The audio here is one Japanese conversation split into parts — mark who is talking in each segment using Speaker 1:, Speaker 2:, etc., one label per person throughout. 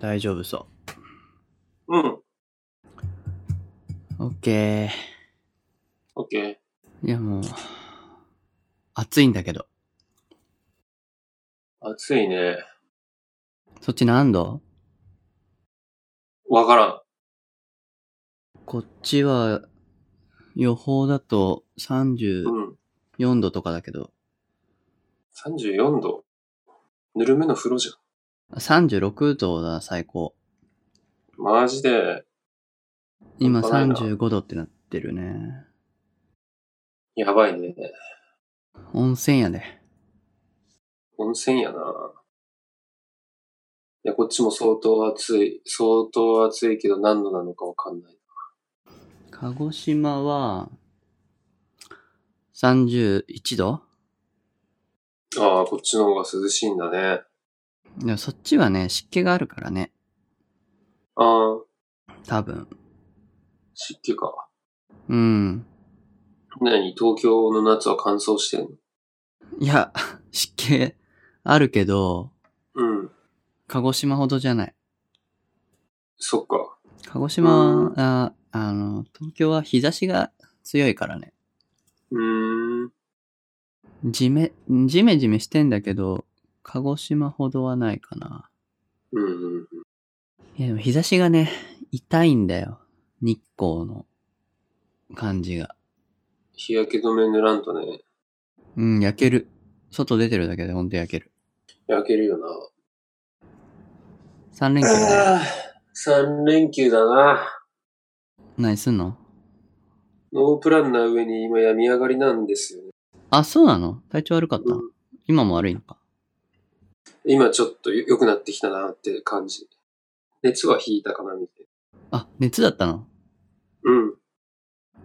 Speaker 1: 大丈夫そ
Speaker 2: うん。
Speaker 1: う。オッケー。
Speaker 2: オッケー。
Speaker 1: いやもう、暑いんだけど。
Speaker 2: 暑いね。
Speaker 1: そっち何度
Speaker 2: わからん。
Speaker 1: こっちは、予報だと
Speaker 2: う
Speaker 1: 34
Speaker 2: ん。
Speaker 1: 度とかだけど、
Speaker 2: 34度。ぬるめの風呂じゃん。
Speaker 1: あ36度だ、最高。
Speaker 2: マジで、
Speaker 1: 今
Speaker 2: 半端ないな
Speaker 1: 35度ってなってるね。
Speaker 2: やばいね。
Speaker 1: 温泉やで。
Speaker 2: 温泉やな。いや、こっちも相当暑い。相当暑いけど何度なのかわかんない。
Speaker 1: 鹿児島は、31度
Speaker 2: ああ、こっちの方が涼しいんだね。
Speaker 1: でもそっちはね、湿気があるからね。
Speaker 2: ああ、
Speaker 1: 多分。
Speaker 2: 湿気か。
Speaker 1: うん。
Speaker 2: 何東京の夏は乾燥してんの
Speaker 1: いや、 湿気あるけど、
Speaker 2: うん。
Speaker 1: 鹿児島ほどじゃない。
Speaker 2: そっか。
Speaker 1: 鹿児島
Speaker 2: う
Speaker 1: は、あの、東京は日差しが強いからね。
Speaker 2: うーん。
Speaker 1: じめ、じめじめしてんだけど、鹿児島ほどはないかな。
Speaker 2: うんうん。
Speaker 1: いや、でも日差しがね、痛いんだよ。日光の感じが。
Speaker 2: 日焼け止め塗らんとね、
Speaker 1: うん、焼ける。外出てるだけでほんと焼ける。
Speaker 2: 焼けるよな。
Speaker 1: 3連休ね
Speaker 2: ああ、3連休だな。
Speaker 1: 何すんの
Speaker 2: ノープランな上に今病み上がりなんですよね。
Speaker 1: あ、そうなの体調悪かった、
Speaker 2: うん
Speaker 1: 今も悪いのか。
Speaker 2: 今ちょっとよ良くなってきたなって感じ。熱は引いたかなみたい
Speaker 1: あ、熱だったの
Speaker 2: な。うん。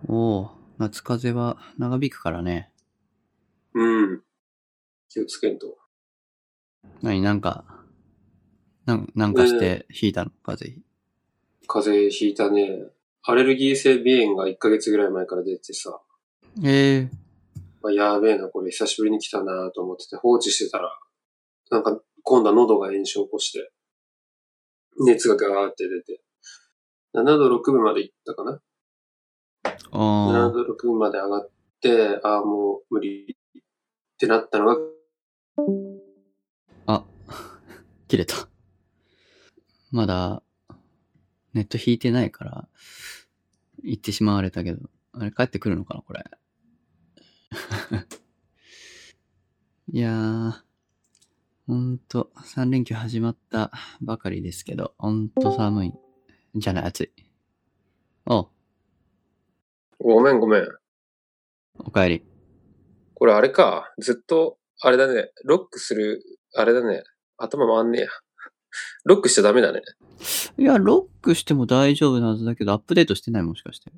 Speaker 1: おお夏風邪は長引くからね。
Speaker 2: うん。気をつけんと。
Speaker 1: 何なんか、なんなんかして引いたの風邪。
Speaker 2: 風邪ひいたね。アレルギー性鼻炎が1ヶ月ぐらい前から出てさ、
Speaker 1: ええ
Speaker 2: まあ、やべえな、これ久しぶりに来たなと思ってて放置してたら、なんか今度は喉が炎症起こして、熱がガーって出て、7度6分まで行ったかな7
Speaker 1: あ
Speaker 2: 度6分まで上がって、ああ、もう無理ってなったのが、
Speaker 1: あ。あ、 切れた。まだ、ネット引いてないから、行ってしまわれたけど。あれ、帰ってくるのかなこれ。 いやー、ほんと、3連休始まったばかりですけど、ほんと寒い。じゃない、暑い。おう、
Speaker 2: ごめんごめん。
Speaker 1: おかえり。
Speaker 2: これあれか。ずっと、あれだね。ロックする、あれだね。頭回んねえや。ロックしちゃダメだね。
Speaker 1: いや、ロックしても大丈夫なはずだけど、アップデートしてないもしかして。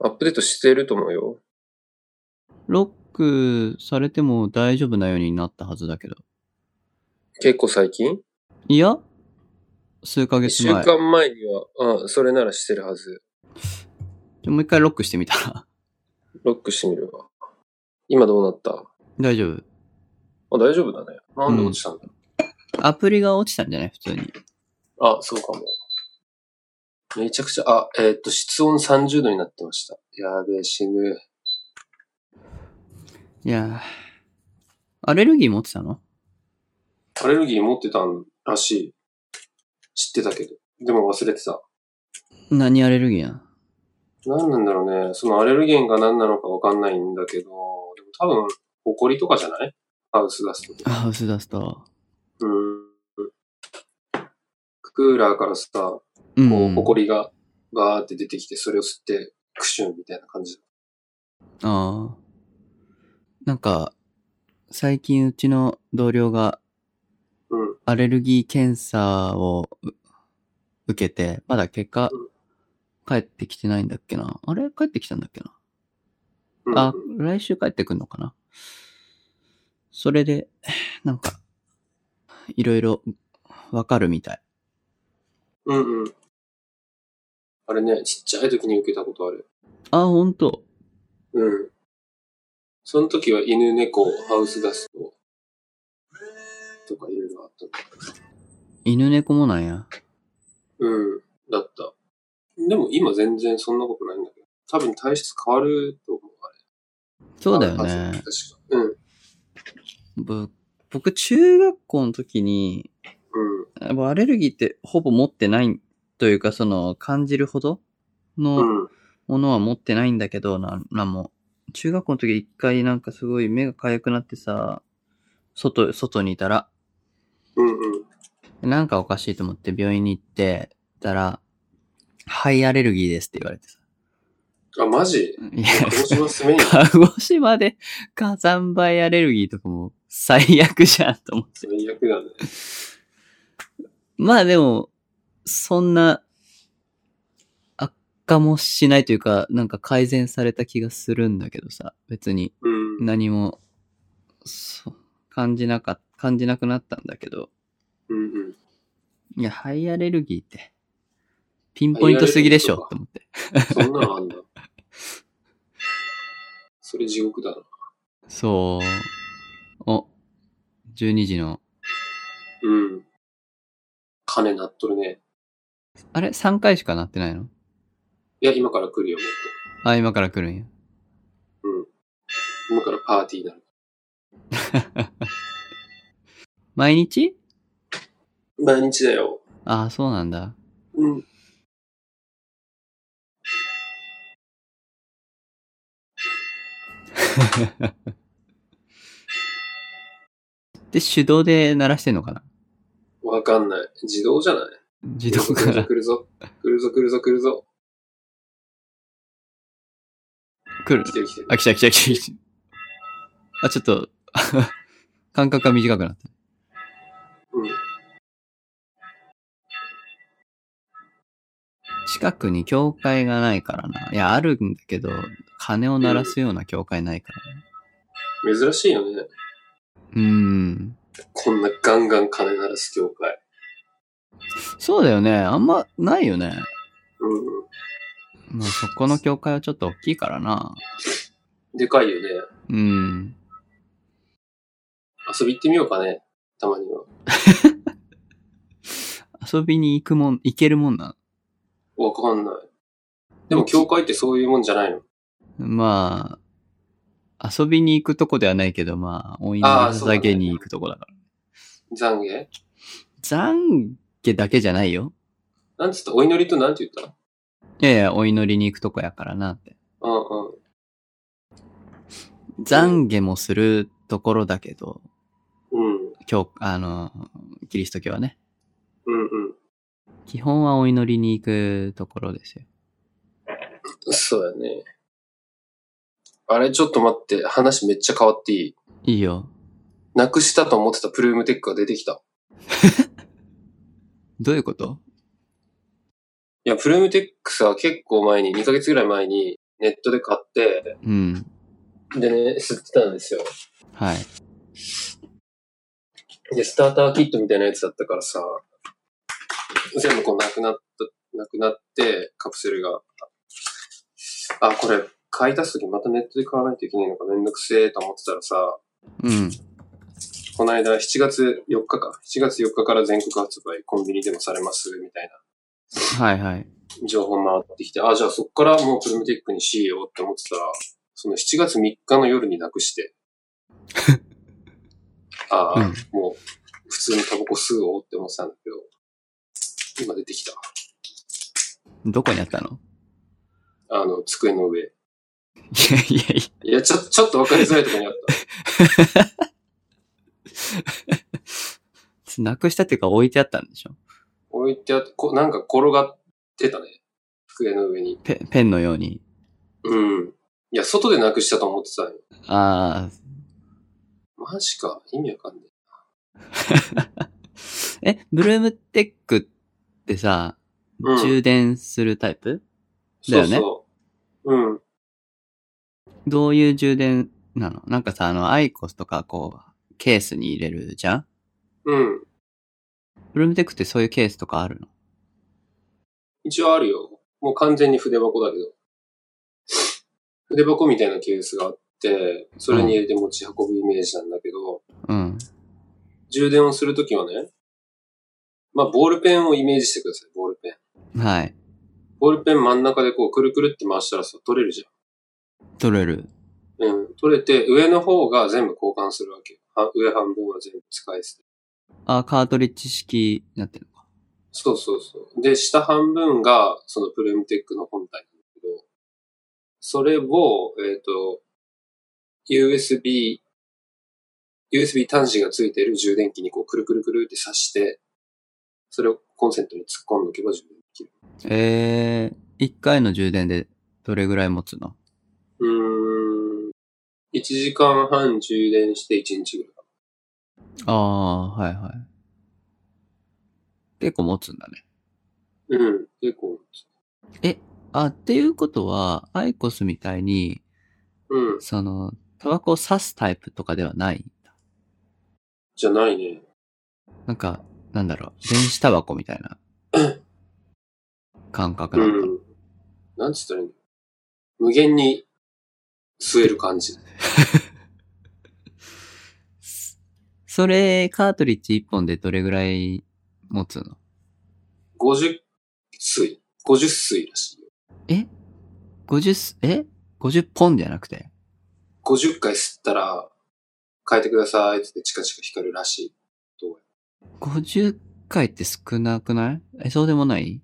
Speaker 2: アップデートしてると思うよ。
Speaker 1: ロックされても大丈夫なようになったはずだけど。
Speaker 2: 結構最近
Speaker 1: いや、数ヶ
Speaker 2: 一
Speaker 1: 月
Speaker 2: 週
Speaker 1: 前。
Speaker 2: 間前には、うん、それならしてるはず。
Speaker 1: でもう一回ロックしてみたら。
Speaker 2: ロックしてみるわ。今どうなった
Speaker 1: 大丈夫。
Speaker 2: あ大丈夫だね。なんで落ちたんだ、
Speaker 1: アプリが落ちたんじゃない普通に。
Speaker 2: あ、そうかも。めちゃくちゃ、あ、えーっと、室温30度になってました。やべえ、死ぬ。
Speaker 1: いやーアレルギー持ってたの
Speaker 2: アレルギー持ってたんらしい。知ってたけど。でも忘れてた。
Speaker 1: 何アレルギーやん。
Speaker 2: 何なんだろうね。そのアレルゲンが何なのかわかんないんだけど、でも多分、ホコリとかじゃないハウスダストとか。
Speaker 1: あ、薄出すと。
Speaker 2: うん。クーラーからさ、こ
Speaker 1: う
Speaker 2: う、
Speaker 1: ん。
Speaker 2: ホコリがバーって出てきて、それを吸って、クシュンみたいな感じ。
Speaker 1: ああ。なんか、最近うちの同僚が
Speaker 2: うん。
Speaker 1: アレルギー検査をう受けて、まだ結果、帰ってきてないんだっけな。あれ帰ってきたんだっけな。
Speaker 2: うん、
Speaker 1: あ、来週帰ってくんのかな。それで、なんか、いろいろわかるみたい。
Speaker 2: うんうん。あれね、ちっちゃい時に受けたことある。
Speaker 1: あ、ほんと。
Speaker 2: うん。その時は犬、猫、ハウスダストとかいろいろあった。
Speaker 1: 犬猫もなんや。
Speaker 2: だった。でも今全然そんなことないんだけど。多分体質変わると思う。あれ
Speaker 1: そうだよ
Speaker 2: あ
Speaker 1: ね
Speaker 2: 確。か。うん。
Speaker 1: ぶ僕、中学校の時に、
Speaker 2: うん。
Speaker 1: あもうアレルギーってほぼ持ってないというか、その、感じるほどの
Speaker 2: うん。
Speaker 1: ものは持ってないんだけど、な、なんも。中学校の時一回なんかすごい目が痒くなってさ、外、外にいたら、
Speaker 2: うんうん。
Speaker 1: なんかおかしいと思って病院に行ってたら、肺アレルギーですって言われてさ。
Speaker 2: あ、マジ
Speaker 1: いや、
Speaker 2: 鹿児島住めんよ。
Speaker 1: 鹿児島で火山灰アレルギーとかも最悪じゃんと思って。
Speaker 2: 最悪だね。
Speaker 1: まあでも、そんな、悪化もしないというか、なんか改善された気がするんだけどさ、別に
Speaker 2: うん。
Speaker 1: 何も、そう、感じなかっ、感じなくなったんだけど、
Speaker 2: うんうん。
Speaker 1: いや、肺アレルギーって、ピンポイントすぎでしょ、
Speaker 2: 肺ア
Speaker 1: と思って。
Speaker 2: そんなのあんだ。それ地獄だな。
Speaker 1: そう。お、12時の、
Speaker 2: うん。金なっとるね。
Speaker 1: あれ ?3 回しかなってないの
Speaker 2: いや、今から来るよ、もっ
Speaker 1: あ、今から来るんや。
Speaker 2: と。今からパーティーになる。
Speaker 1: 毎日
Speaker 2: 毎日だよ。
Speaker 1: ああ、そうなんだ。
Speaker 2: うん。
Speaker 1: で、手動で鳴らしてんのかな
Speaker 2: わかんない。自動じゃない
Speaker 1: 自動か
Speaker 2: 来
Speaker 1: ら。
Speaker 2: るぞ。来るぞ、来るぞ、来るぞ。
Speaker 1: 来る
Speaker 2: 来。てる来てる。
Speaker 1: あ、来た来た来た来た。あ、ちょっと、 間隔が短くなった。
Speaker 2: うん。
Speaker 1: 近くに教会がないからな。いや、あるんだけど、鐘を鳴らすような教会ないからな。
Speaker 2: 珍しいよね。
Speaker 1: うーん。
Speaker 2: こんなガンガン金鳴らす教会。
Speaker 1: そうだよね。あんまないよね。
Speaker 2: うんう
Speaker 1: まあ、そこの教会はちょっと大きいからな。
Speaker 2: ん。でかいよね。
Speaker 1: うん。
Speaker 2: 遊び行ってみようかね。たまには。
Speaker 1: 遊びに行くもん、行けるもんな
Speaker 2: わかんない。でも教会ってそういうもんじゃないの
Speaker 1: の。まあ、遊びに行くとこではないけど、まあ、お祈
Speaker 2: あ
Speaker 1: り
Speaker 2: あそうだね
Speaker 1: 捧げに行くとこだから。
Speaker 2: 懺悔
Speaker 1: 懺悔だけじゃないよ。
Speaker 2: なんつったお祈りとなんて言った
Speaker 1: いやいや、お祈りに行くとこやからなって。
Speaker 2: うんうん。
Speaker 1: 懺悔もするところだけど、
Speaker 2: うん。
Speaker 1: 今日、あの、キリスト教はね。
Speaker 2: うんうん。
Speaker 1: 基本はお祈りに行くところですよ。
Speaker 2: そうだね。あれ、ちょっと待って。話めっちゃ変わっていい
Speaker 1: いいよ。
Speaker 2: なくしたと思ってたプルームテックが出てきた。
Speaker 1: どういうこと
Speaker 2: いや、プルームテックさ、結構前に、2ヶ月ぐらい前に、ネットで買って、
Speaker 1: うん。
Speaker 2: でね、吸ってたんですよ。
Speaker 1: はい。
Speaker 2: で、スターターキットみたいなやつだったからさ、全部こうなくなった、なくなって、カプセルが。あ、これ、買い足すときまたネットで買わないといけないのかめんどくせえと思ってたらさ、
Speaker 1: うん。
Speaker 2: この間7月4日か、7月4日から全国発売、コンビニでもされます、みたい
Speaker 1: はいはい。
Speaker 2: な情報回ってきて、あ、じゃあそっからもうプルムテックにしようって思ってたら、その7月3日の夜にな くして、ああ、
Speaker 1: うん
Speaker 2: もう普通のタバコ吸おうって思ってたんだけど、今出てきた。
Speaker 1: どこにあったの
Speaker 2: あの、机の上。
Speaker 1: いやいやい
Speaker 2: いや、ちょ、ちょっと分かりづらいところにあった。
Speaker 1: や。なくしたっていうか置いてあったんでしょ
Speaker 2: 置いてあって、こなんか転がってたね。机の上に。
Speaker 1: ペペンのように。
Speaker 2: うん。いや、外でなくしたと思ってたよ。
Speaker 1: ああ。
Speaker 2: マジか。意味わかんない。
Speaker 1: え、ブルームテックってさ、
Speaker 2: うん
Speaker 1: 充電するタイプ、だよね
Speaker 2: そうそう。うん。
Speaker 1: どういう充電なのなんかさ、あの、アイコスとかこう、ケースに入れるじゃん
Speaker 2: うん。
Speaker 1: ブルームテックってそういうケースとかあるの
Speaker 2: 一応あるよ。もう完全に筆箱だけど。筆箱みたいなケースがあって、それに入れて持ち運ぶイメージなんだけど、
Speaker 1: うん。
Speaker 2: 充電をするときはね、まあ、ボールペンをイメージしてください、ボールペン。
Speaker 1: はい。
Speaker 2: ボールペン真ん中でこう、くるくるって回したらさ、取れるじ
Speaker 1: 取れる。
Speaker 2: ゃん。うん。取れて、上の方が全部交換するわけ。は上半分は全部使い捨て。
Speaker 1: あ、カートリッジ式になってるのか。
Speaker 2: そうそうそう。で、下半分が、そのプルームテックの本体なんだけど、それを、えっ、と、USB、USB 端子がついてる充電器にこう、くるくるくるって挿して、それをコンセントに突っ込んどけば充電できる。
Speaker 1: えー、1回の充電でどれぐらい持つの
Speaker 2: うーん。1時間半充電して1日ぐらい。
Speaker 1: ああ、はいはい。結構持つんだね。
Speaker 2: うん。結構。
Speaker 1: あ、っていうことは、アイコスみたいに、
Speaker 2: うん。
Speaker 1: その、タバコを刺すタイプとかではないんだ。
Speaker 2: じゃないね。
Speaker 1: なんか、なんだろう、電子タバコみたいな、感覚
Speaker 2: う
Speaker 1: なんだ。
Speaker 2: ん。なんつったらいいの無限に吸える感じ。
Speaker 1: それ、カートリッジ1本でどれぐらい持つの
Speaker 2: 50水。50水らしいよ。
Speaker 1: え ?50 す、え ?50 ポンじゃなくて
Speaker 2: 50回吸ったら、変えてくださいって言ってチカチカ光るらしい。
Speaker 1: 50回って少なくないえ、そうでもない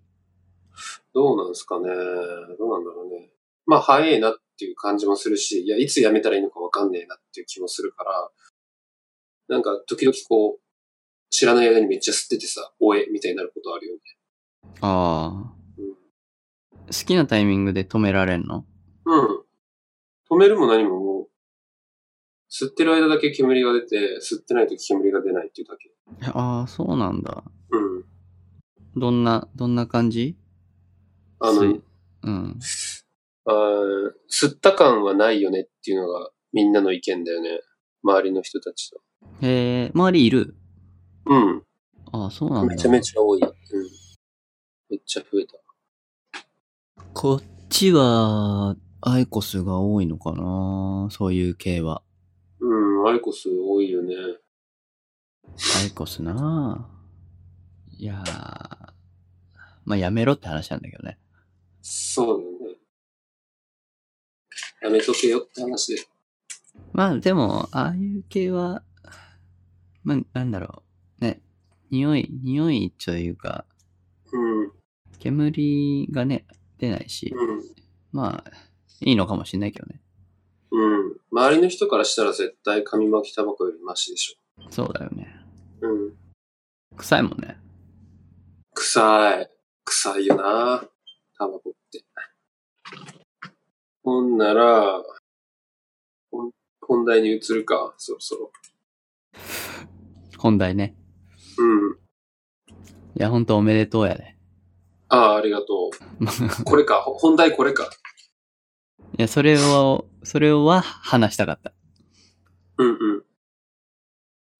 Speaker 2: どうなんですかね。どうなんだろうね。まあ、早いなっていう感じもするし、いや、いつやめたらいいのかわかんねえなっていう気もするから、なんか、時々こう、知らない間にめっちゃ吸っててさ、おえ、みたいになることあるよね。
Speaker 1: ああ。好きなタイミングで止められんの
Speaker 2: うん。止めるも何ももう、吸ってる間だけ煙が出て、吸ってないと煙が出ないっていうだけ。
Speaker 1: ああ、そうなんだ。
Speaker 2: うん。
Speaker 1: どんな、どんな感じ
Speaker 2: あの、
Speaker 1: 水うん。
Speaker 2: あー吸った感はないよねっていうのがみんなの意見だよね。周りの人たちと。
Speaker 1: えー、周りいる
Speaker 2: うん。
Speaker 1: ああ、そうなんだ。
Speaker 2: めちゃめちゃ多い。うん。めっちゃ増えた。
Speaker 1: こっちは、アイコスが多いのかなそういう系は。
Speaker 2: うん、アイコス多いよね。
Speaker 1: アイコスなあいやーまあ、やめろって話なんだけどね。
Speaker 2: そうだよね。やめとけよって話で。
Speaker 1: まあ、でも、ああいう系は、まあ、なんだろう。ね。匂い、匂いというか、
Speaker 2: うん、うん。
Speaker 1: 煙がね、出ないし、まあ、いいのかもしれないけどね。
Speaker 2: うん。周りの人からしたら絶対紙巻きタバコよりマシでし
Speaker 1: そうだよね。
Speaker 2: ょ。うん。
Speaker 1: 臭いもんね。
Speaker 2: 臭い。臭いよな。タバコって。ほんなら、ほん本題に移るか、そろそろ。
Speaker 1: 本題ね。
Speaker 2: うん。
Speaker 1: いや、ほんとおめでとうやで。
Speaker 2: ああ、ありがと う。これか、ほ本題これか。
Speaker 1: いや、それを、それは話したかった。
Speaker 2: うんうん。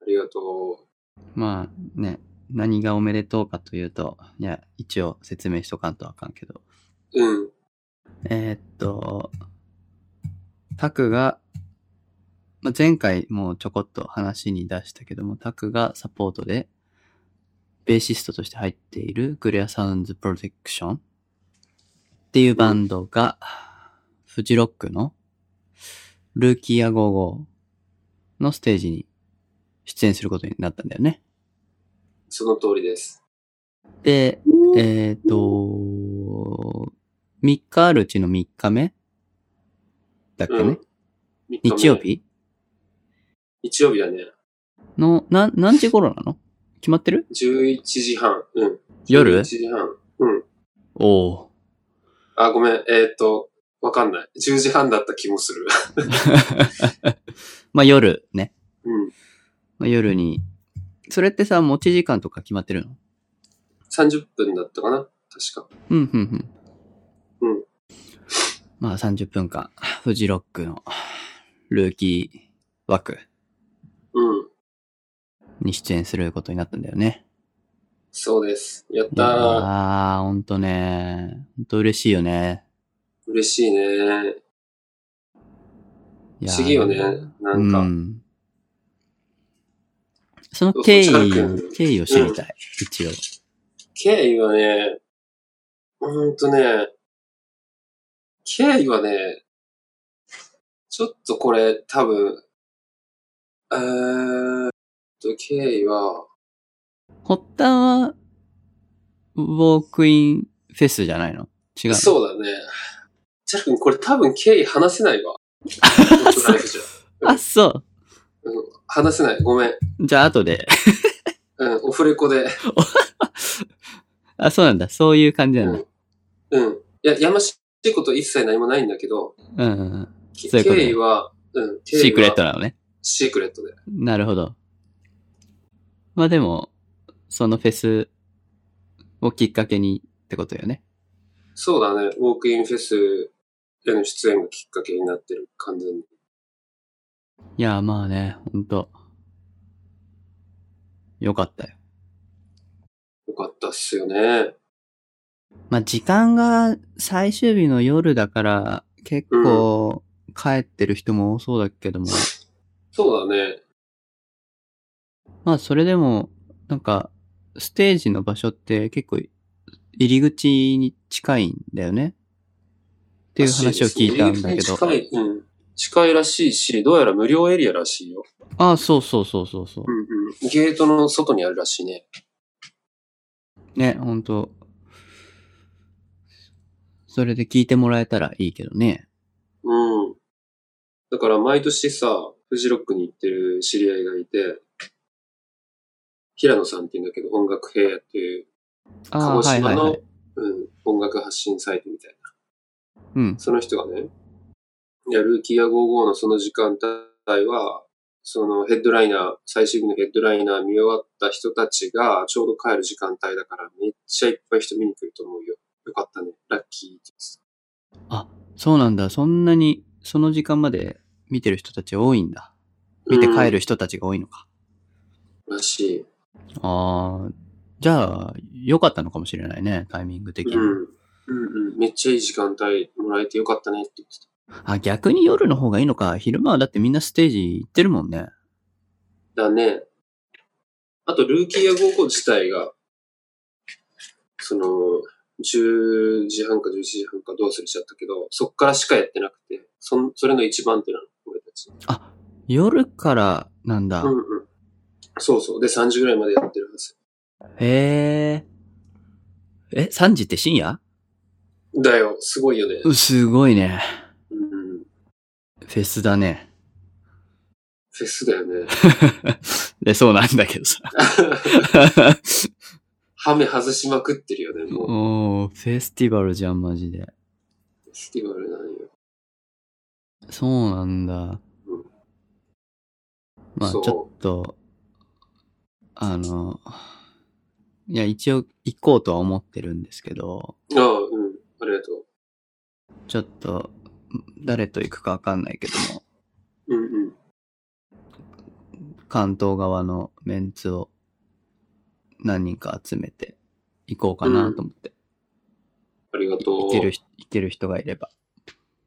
Speaker 2: ありがと
Speaker 1: まあね、何がおめでとうかというと、いや、一応説明しとかんとあかんけど。
Speaker 2: う。うん。
Speaker 1: えーっと、タクが、まあ、前回もうちょこっと話に出したけども、タクがサポートで、ベーシストとして入っているグレアサウンズプロテクションっていうバンドが、フジロックのルーキーや55のステージに出演することになったんだよね。
Speaker 2: その通りです。
Speaker 1: で、えっ、と、3日あるうちの3日目だっけね、
Speaker 2: うん三日目
Speaker 1: 日曜日
Speaker 2: 日曜日だね。
Speaker 1: の、な、何時頃なの決まってる
Speaker 2: 11時半。うん。
Speaker 1: 夜
Speaker 2: ?11 時半。うん。
Speaker 1: おお。
Speaker 2: あ、ごめん。えーっと、わかんない。10時半だった気もする。
Speaker 1: まあ夜ね。
Speaker 2: うん。
Speaker 1: まあ、夜に。それってさ、持ち時間とか決まってるの
Speaker 2: 30分だったかな確か。
Speaker 1: うん、うん、うん。
Speaker 2: うん。
Speaker 1: まあ30分間、フジロックのルーキー枠
Speaker 2: うん。
Speaker 1: に出演することになったんだよね。
Speaker 2: そうです。やっ
Speaker 1: い
Speaker 2: た
Speaker 1: や
Speaker 2: ー。
Speaker 1: ー、ほんとね。ほんと嬉しいよね。
Speaker 2: 嬉しいね。
Speaker 1: い
Speaker 2: 不
Speaker 1: やー
Speaker 2: 思議よね。なんか。
Speaker 1: うん、その経
Speaker 2: そうそうチャル
Speaker 1: 緯
Speaker 2: 君
Speaker 1: 経緯を知りたい、一応。
Speaker 2: 経緯はね、うーんとね、経緯はね、ちょっとこれ多分、えーっと、経緯は、
Speaker 1: 発端は、ウォークインフェスじゃないの違う。
Speaker 2: そうだね。チャル君、これ多分経緯話せ ないわ。ドットライフじゃ
Speaker 1: あ、そ
Speaker 2: うん話せない。ごめん。
Speaker 1: う。じゃあ、後で。
Speaker 2: うん、オフレコで。
Speaker 1: あ、そうなんだ。そういう感じ
Speaker 2: う
Speaker 1: なんだ
Speaker 2: ん。。うん。いや、やましいこと一切何もないんだけど、
Speaker 1: うんうんうん。
Speaker 2: け
Speaker 1: そういうこと
Speaker 2: 経緯は、うん、経緯は
Speaker 1: シークレット。なのね。
Speaker 2: シークレットで。
Speaker 1: なるほど。まあでも、そのフェスをきっかけにってことよね。
Speaker 2: そうだね。ウォークインフェスへの出演がきっかけになってる、完全に。
Speaker 1: いや、まあね、ほんと。よかったよ。
Speaker 2: よかったっすよね。
Speaker 1: まあ時間が最終日の夜だから、結構帰ってる人も多そうだけども、
Speaker 2: そうだね。
Speaker 1: まあそれでも、なんか、ステージの場所って結構入り口に近いんだよね。っていう話を聞いたんだけど。
Speaker 2: 近い、うん。近いらしいし、どうやら無料エリアらしいよ。
Speaker 1: ああ、そうそうそうそうそう。
Speaker 2: うんうん。ゲートの外にあるらしいね。
Speaker 1: ね、ほんと。それで聞いてもらえたらいいけどね。
Speaker 2: うん。だから毎年さ、フジロックに行ってる知り合いがいて、平野さんって言うんだけど、音楽平野っていう、鹿
Speaker 1: ああ、
Speaker 2: 児
Speaker 1: はい
Speaker 2: 島
Speaker 1: はい
Speaker 2: の、
Speaker 1: はい。
Speaker 2: うん、音楽発信サイトみたいな。
Speaker 1: うん。
Speaker 2: その人がね、いや、ルーキーや55のその時間帯は、そのヘッドライナー、最終日のヘッドライナー見終わった人たちがちょうど帰る時間帯だからめっちゃいっぱい人見に来ると思うよ。よかったね。ラッキーって
Speaker 1: そうなんだ。そんなに、その時間まで見てる人たち多いんだ。見て帰
Speaker 2: る。
Speaker 1: る人たちが多いのか。
Speaker 2: うんらし
Speaker 1: ああ、じゃあ、良かったのかもしれないね。タイミング
Speaker 2: い。
Speaker 1: 的に。
Speaker 2: うん。うんうん。めっちゃいい時間帯もらえてよかったねって言ってた。
Speaker 1: あ、逆に夜の方がいいのか。昼間はだってみんなステージ行ってるもんね。
Speaker 2: だね。あと、ルーキーや55自体が、その、10時半か11時半かどうするしちゃったけど、そっからしかやってなくて、そんそれの一番手なの、俺たち。
Speaker 1: 夜からなんだ。
Speaker 2: うんうん。そうそう。で、3時ぐらいまでやってるはず。
Speaker 1: へえ。え、3時って深夜
Speaker 2: だよ、すごいよね。
Speaker 1: うすごいね。
Speaker 2: うん。
Speaker 1: フェスだね。
Speaker 2: フェスだよね。
Speaker 1: で、そうなんだけどさ。
Speaker 2: ハメ外しまくってるよね、もう。
Speaker 1: おー、フェスティバルじゃん、マジで。
Speaker 2: フェスティバルなんよ。
Speaker 1: そうなんだ
Speaker 2: うん。
Speaker 1: まあ、ち
Speaker 2: そう
Speaker 1: ょっと、あの、いや、一応行こうとは思ってるんですけど、
Speaker 2: ああ、うん。ありがと
Speaker 1: ちょっと、誰と行くかわかんないけども、
Speaker 2: う。うんうん。
Speaker 1: 関東側のメンツを何人か集めて行こうかなと思って。
Speaker 2: ありがとう。
Speaker 1: 行ける人、行ける人がいれば。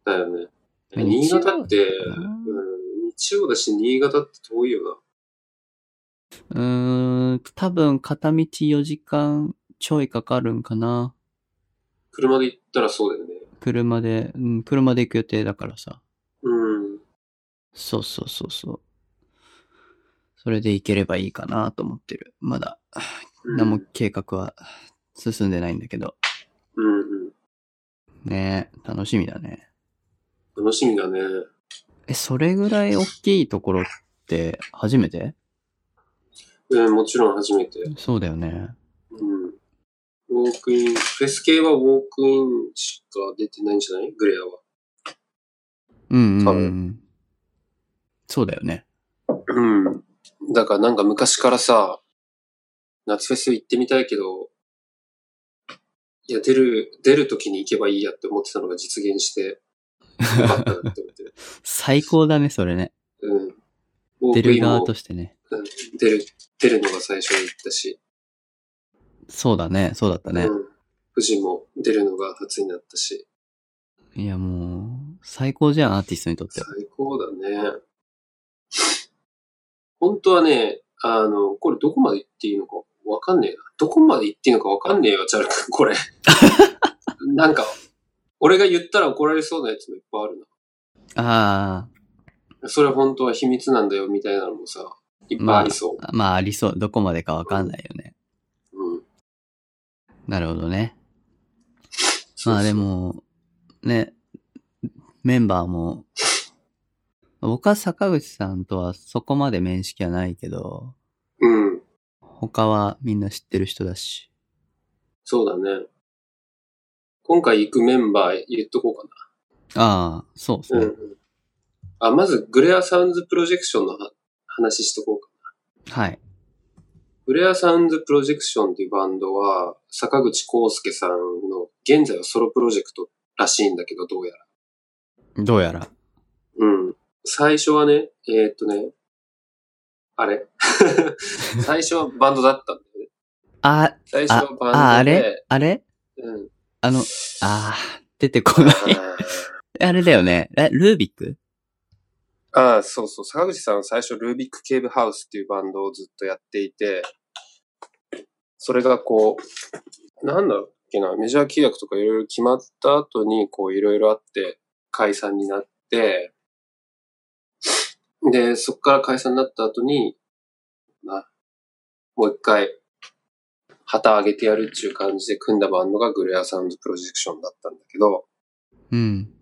Speaker 2: だよね。
Speaker 1: まあ
Speaker 2: 新潟って、
Speaker 1: 日曜だからな
Speaker 2: うん、日曜だし、新潟って遠いよ
Speaker 1: うーん、多分片道4時間ちょいかかるんかな。
Speaker 2: な。車で行ったらそうだよね。
Speaker 1: 車で、うん、車で行く予定だからさ。
Speaker 2: うん。
Speaker 1: そうそうそうそう。それで行ければいいかなと思ってる。まだ、
Speaker 2: うん
Speaker 1: 何も計画は進んでないんだけど。
Speaker 2: うんうん。
Speaker 1: ねえ楽しみだね。
Speaker 2: 楽しみだね。
Speaker 1: え、それぐらい大きいところって初めて
Speaker 2: うん、もちろん初めて。
Speaker 1: そうだよね。
Speaker 2: うん。ウォークイン、フェス系はウォークインしか出てないんじゃないグレアは。
Speaker 1: うんうん、
Speaker 2: 多
Speaker 1: う
Speaker 2: 分
Speaker 1: ん。そうだよね。
Speaker 2: うん。だからなんか昔からさ、夏フェス行ってみたいけど、いや、出る、出る時に行けばいいやって思ってたのが実現して、よかったなって思 ってる。
Speaker 1: 最高だね、それね。
Speaker 2: うん。ウォ
Speaker 1: 出
Speaker 2: ークイ
Speaker 1: る
Speaker 2: ンも
Speaker 1: 側としてね。
Speaker 2: うん出る、出るのが最初に言ったし、
Speaker 1: そうだね、そうだったね。
Speaker 2: うん。富士も出るのが初になったし、
Speaker 1: いやもう、最高じゃん、アーティストにとって
Speaker 2: 最
Speaker 1: は。
Speaker 2: 高だね。本当はね、あの、これど こまで行っていいのかわかんねえな。どこまで行っていいのかわかんねえよ、チャル君、これ。なんか、俺が言ったら怒られそうなやつもいっぱいある
Speaker 1: あ
Speaker 2: な。それ本当は秘密なんだよ、みたいなのもさ、いっぱいありそう。
Speaker 1: あ、まあありそう。どこまでかわかんないよね。
Speaker 2: うん。
Speaker 1: なるほどね。
Speaker 2: そうそう
Speaker 1: まあで。も、ね、メンバーも、僕は坂口さんとはそこまで面識はないけど、
Speaker 2: うん。
Speaker 1: 他はみんな知ってる人だし。
Speaker 2: そうだね。今回行くメンバー言っとこうかな。
Speaker 1: ああ、そうです
Speaker 2: う
Speaker 1: ね。
Speaker 2: ん。あ、まず、グレアサウンズプロジェクションのは話しとこうか。
Speaker 1: はい。
Speaker 2: グレアサウンズプロジェクションっていうバンドは、坂口康介さんの現在はソロプロジェクトらしいんだけど、どうやら。
Speaker 1: どうやら。
Speaker 2: うん。最初はね、えーっとね、あれ 最初はバンドだったんだよね。
Speaker 1: あ、
Speaker 2: 最
Speaker 1: あ
Speaker 2: 初は、バンドで。
Speaker 1: ああれあれ
Speaker 2: うん。
Speaker 1: あの、ああ、出てこない。 あれだよね。え、ルービック
Speaker 2: ああ、そうそう。坂口さんは最初、ルービック・ケーブ・ハウスっていうバンドをずっとやっていて、それがこう、なんだっけな、メジャー契約とかいろいろ決まった後に、こういろいろあって、解散になって、で、そこから解散になった後に、な、もう一回、旗上げてやるっていう感じで組んだバンドがグレアサウンドプロジェクションだったんだけど、
Speaker 1: うん。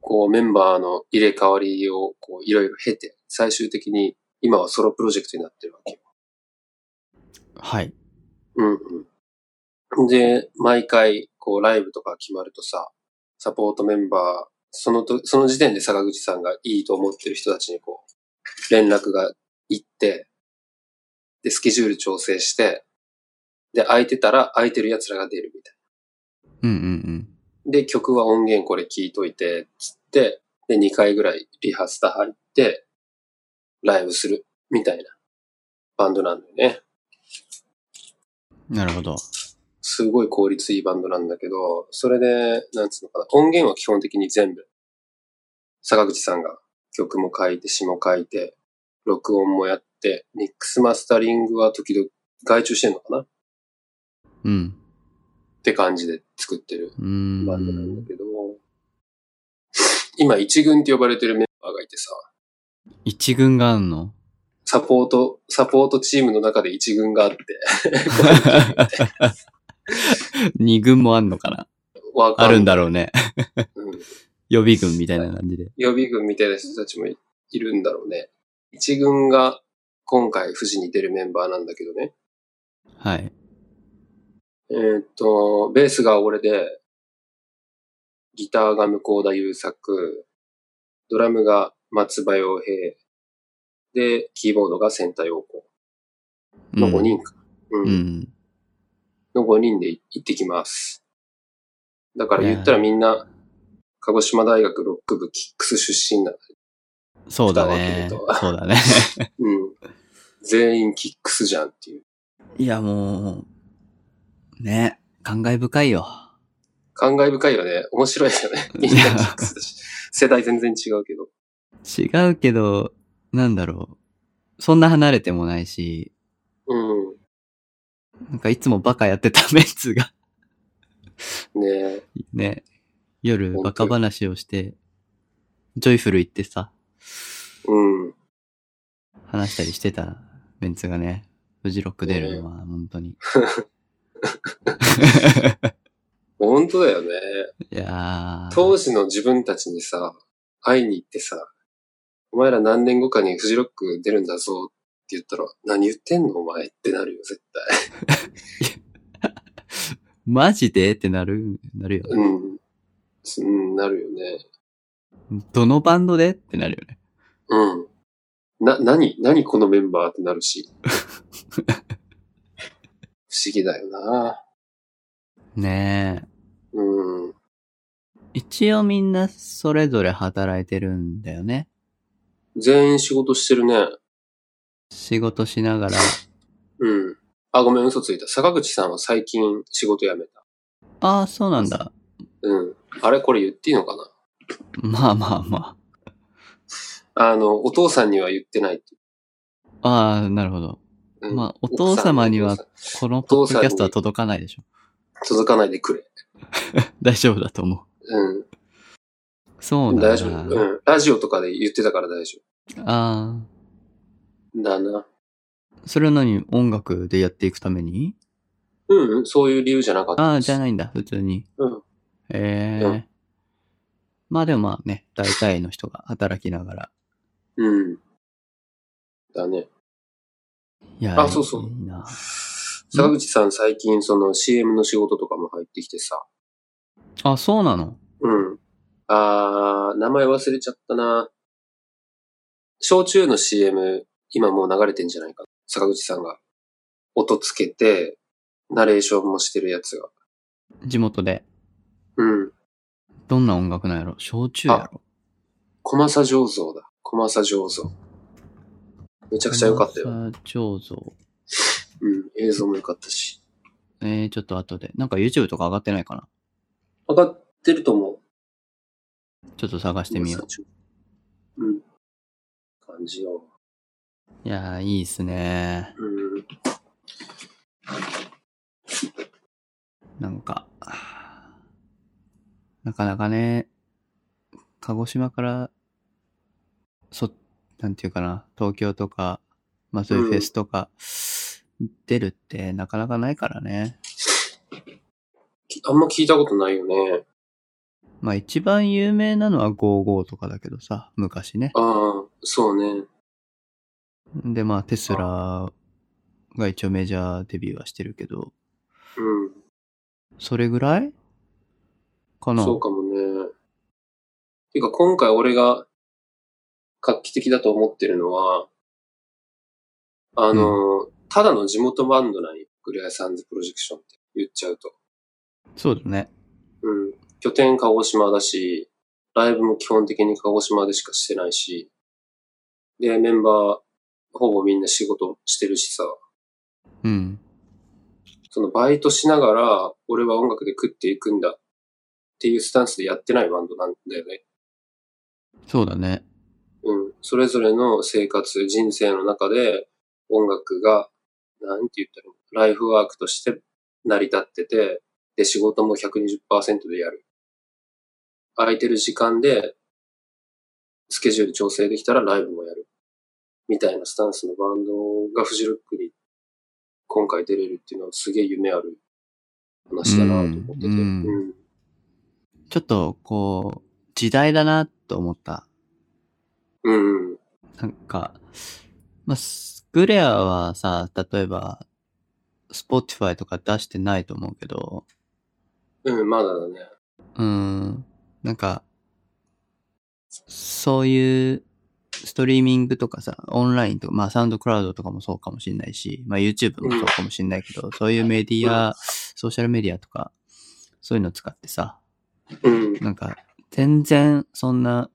Speaker 2: こうメンバーの入れ替わりをこういろいろ経て、最終的に今はソロプロジェクトになってるわけよ。
Speaker 1: はい。
Speaker 2: うんうん。で、毎回こうライブとか決まるとさ、サポートメンバー、そのと、その時点で坂口さんがいいと思ってる人たちにこう、連絡が行って、で、スケジュール調整して、で、空いてたら空いてる奴らが出るみたいな。
Speaker 1: うんうんうん。
Speaker 2: で、曲は音源これ聴いといて、つって、で、2回ぐらいリハスタ入って、ライブする、みたいなバンドなんだよね。
Speaker 1: なるほど。
Speaker 2: すごい効率いいバンドなんだけど、それで、なんつうのかな、音源は基本的に全部、坂口さんが曲も書いて、詞も書いて、録音もやって、ミックスマスタリングは時々外注してんのかなっ
Speaker 1: うん。
Speaker 2: て感じで作ってる
Speaker 1: うーん。
Speaker 2: バンドなんだけど、今一軍って呼ばれてるメンバーがいてさ、
Speaker 1: 一軍があんの
Speaker 2: サポート、サポートチームの中で一軍があって、
Speaker 1: 二軍もあんのかな
Speaker 2: わか
Speaker 1: あるん
Speaker 2: だ、
Speaker 1: だろうね。
Speaker 2: うん
Speaker 1: 予備軍みたいな感じで。
Speaker 2: 予備軍みたいな人たちもいいるんだろうね。一軍が今回富士に出るメンバーなんだけどね。
Speaker 1: はい。
Speaker 2: えーっと、ベースが俺で、ギターが向田優作、ドラムが松葉洋平、で、キーボードが千田洋子の5人か。
Speaker 1: う
Speaker 2: うん
Speaker 1: ん。
Speaker 2: の5人で行ってきます。だから言ったらみんな、鹿児島大学ロック部キックス出身な、
Speaker 1: うん。そうだね。
Speaker 2: 二枠と
Speaker 1: そうだね。
Speaker 2: うん。全員キックスじゃんっていう。
Speaker 1: いや、もう、ね、感慨深いよ。
Speaker 2: 感慨深いよね。面白いよね。みんなキックスだし。世代全然違うけど。
Speaker 1: 違うけど、なんだろう。そんな離れてもないし、
Speaker 2: う
Speaker 1: なんかいつもバカやってたメンツが、
Speaker 2: ん。ねえ。
Speaker 1: ね、夜
Speaker 2: 本当
Speaker 1: バカ話をして、ジョイフル行ってさ、
Speaker 2: うん。
Speaker 1: 話したりしてたメンツがね、フジロック出るのは本当に。
Speaker 2: 本当だよね。
Speaker 1: いやー。
Speaker 2: 当時の自分たちにさ、会いに行ってさ、お前ら何年後かにフジロック出るんだぞって言ったら、何言ってんのお前ってなるよ、絶対。
Speaker 1: マジでってなる、なるよね。
Speaker 2: うん。うん、なるよね。
Speaker 1: どのバンドでってなるよね。
Speaker 2: うん。な、何何このメンバーってな るし。不思議だよな
Speaker 1: ねえ。
Speaker 2: うん。
Speaker 1: 一応みんなそれぞれ働いてるんだよね。
Speaker 2: 全員仕事してるね。
Speaker 1: 仕事しながら。
Speaker 2: うん。あ、ごめん、嘘ついた。坂口さんは最近仕事辞めた。
Speaker 1: ああ、そうなんだ。
Speaker 2: うん。あれこれ言っていいのかな
Speaker 1: まあまあま
Speaker 2: あの、お父さんには言ってないって。
Speaker 1: あ。ああ、なるほど。
Speaker 2: うん
Speaker 1: まあお父様には
Speaker 2: お父さ
Speaker 1: こ
Speaker 2: ん
Speaker 1: のポッドキャストは届かないでしょ。
Speaker 2: 届かないでくれ。
Speaker 1: 大丈夫だと思
Speaker 2: うん。
Speaker 1: う。そうなんだ。
Speaker 2: 大丈夫。うん。ラジオとかで言ってたから大丈
Speaker 1: あ
Speaker 2: 夫。だな。
Speaker 1: あ。それは何音楽でやっていくために
Speaker 2: うん、うん、そういう理由じゃなかった
Speaker 1: ああ、
Speaker 2: です。
Speaker 1: じゃないんだ、普通に。
Speaker 2: うん。
Speaker 1: ええ
Speaker 2: うん
Speaker 1: まあでもまあね、大体の人が働きながら。
Speaker 2: うん。だね。
Speaker 1: いや、
Speaker 2: あそうそ
Speaker 1: い
Speaker 2: う
Speaker 1: いな。
Speaker 2: 坂口さん最近その CM の仕事とかも入ってきてさ。
Speaker 1: あ、そうなの
Speaker 2: うん。あー、名前忘れちゃったな。焼酎の CM、今もう流れてんじゃないかな。坂口さんが音つけて、ナレーションもしてるやつが。
Speaker 1: 地元で。
Speaker 2: うん。
Speaker 1: どんな音楽なんやろ焼酎やろ
Speaker 2: 小正醸造だ。小正醸造。めちゃくちゃ良かったよ。
Speaker 1: よ。醸造。
Speaker 2: うん。映像も良かったし。
Speaker 1: えー、ちょっと後で。なんか YouTube とか上がってないかな
Speaker 2: 上がってると思う。
Speaker 1: ちょっと探してみよう。
Speaker 2: う。うん。感じよ
Speaker 1: いやー、いいっすね。
Speaker 2: う。うん。
Speaker 1: なんか、なかなかね、鹿児島から、そ、なんていうかな、東京とか、まあそういうフェスとか、出るってなかなかないからね。
Speaker 2: きあんま聞いたことないよね。
Speaker 1: まあ一番有名なのは55とかだけどさ、昔ね。
Speaker 2: ああ、そうね。
Speaker 1: でまあテスラが一応メジャーデビューはしてるけど、
Speaker 2: うん。
Speaker 1: それぐらいかな
Speaker 2: そうかもね。てか今回俺が画期的だと思ってるのは、あの、ただの地元バンドなんよ。グレアサンズプロジェクションって言っちゃうと。
Speaker 1: そうだね。
Speaker 2: うん。拠点鹿児島だし、ライブも基本的に鹿児島でしかしてないし、で、メンバー、ほぼみんな仕事してるしさ、
Speaker 1: うん。
Speaker 2: そのバイトしながら、俺は音楽で食っていくんだっていうスタンスでやってないバンドなんだよね。
Speaker 1: そうだね。
Speaker 2: うん。それぞれの生活、人生の中で、音楽が、なんて言ったらいいのライフワークとして成り立ってて、で、仕事も120%でやる。空いてる時間で、スケジュール調整できたらライブもやる。みたいなスタンスのバンドがフジロックに今回出れるっていうのはすげえ夢ある話だなと思ってて。
Speaker 1: うんうん
Speaker 2: うん
Speaker 1: ちょっとこう、時代だなと思った。
Speaker 2: うん。うん。
Speaker 1: なんか、まあ、スグレアはさ、例えば、Spotify とか出してないと思うけど、
Speaker 2: うん、まだだね。
Speaker 1: うーん、なんか、そういうストリーミングとかさ、オンラインとか、まあサウンドクラウドとかもそうかもしれないし、まあ YouTube もそうかもしれないけど、そういうメディア、ソーシャルメディアとか、そういうの使ってさ、
Speaker 2: うん。
Speaker 1: なんか、全然、そんな、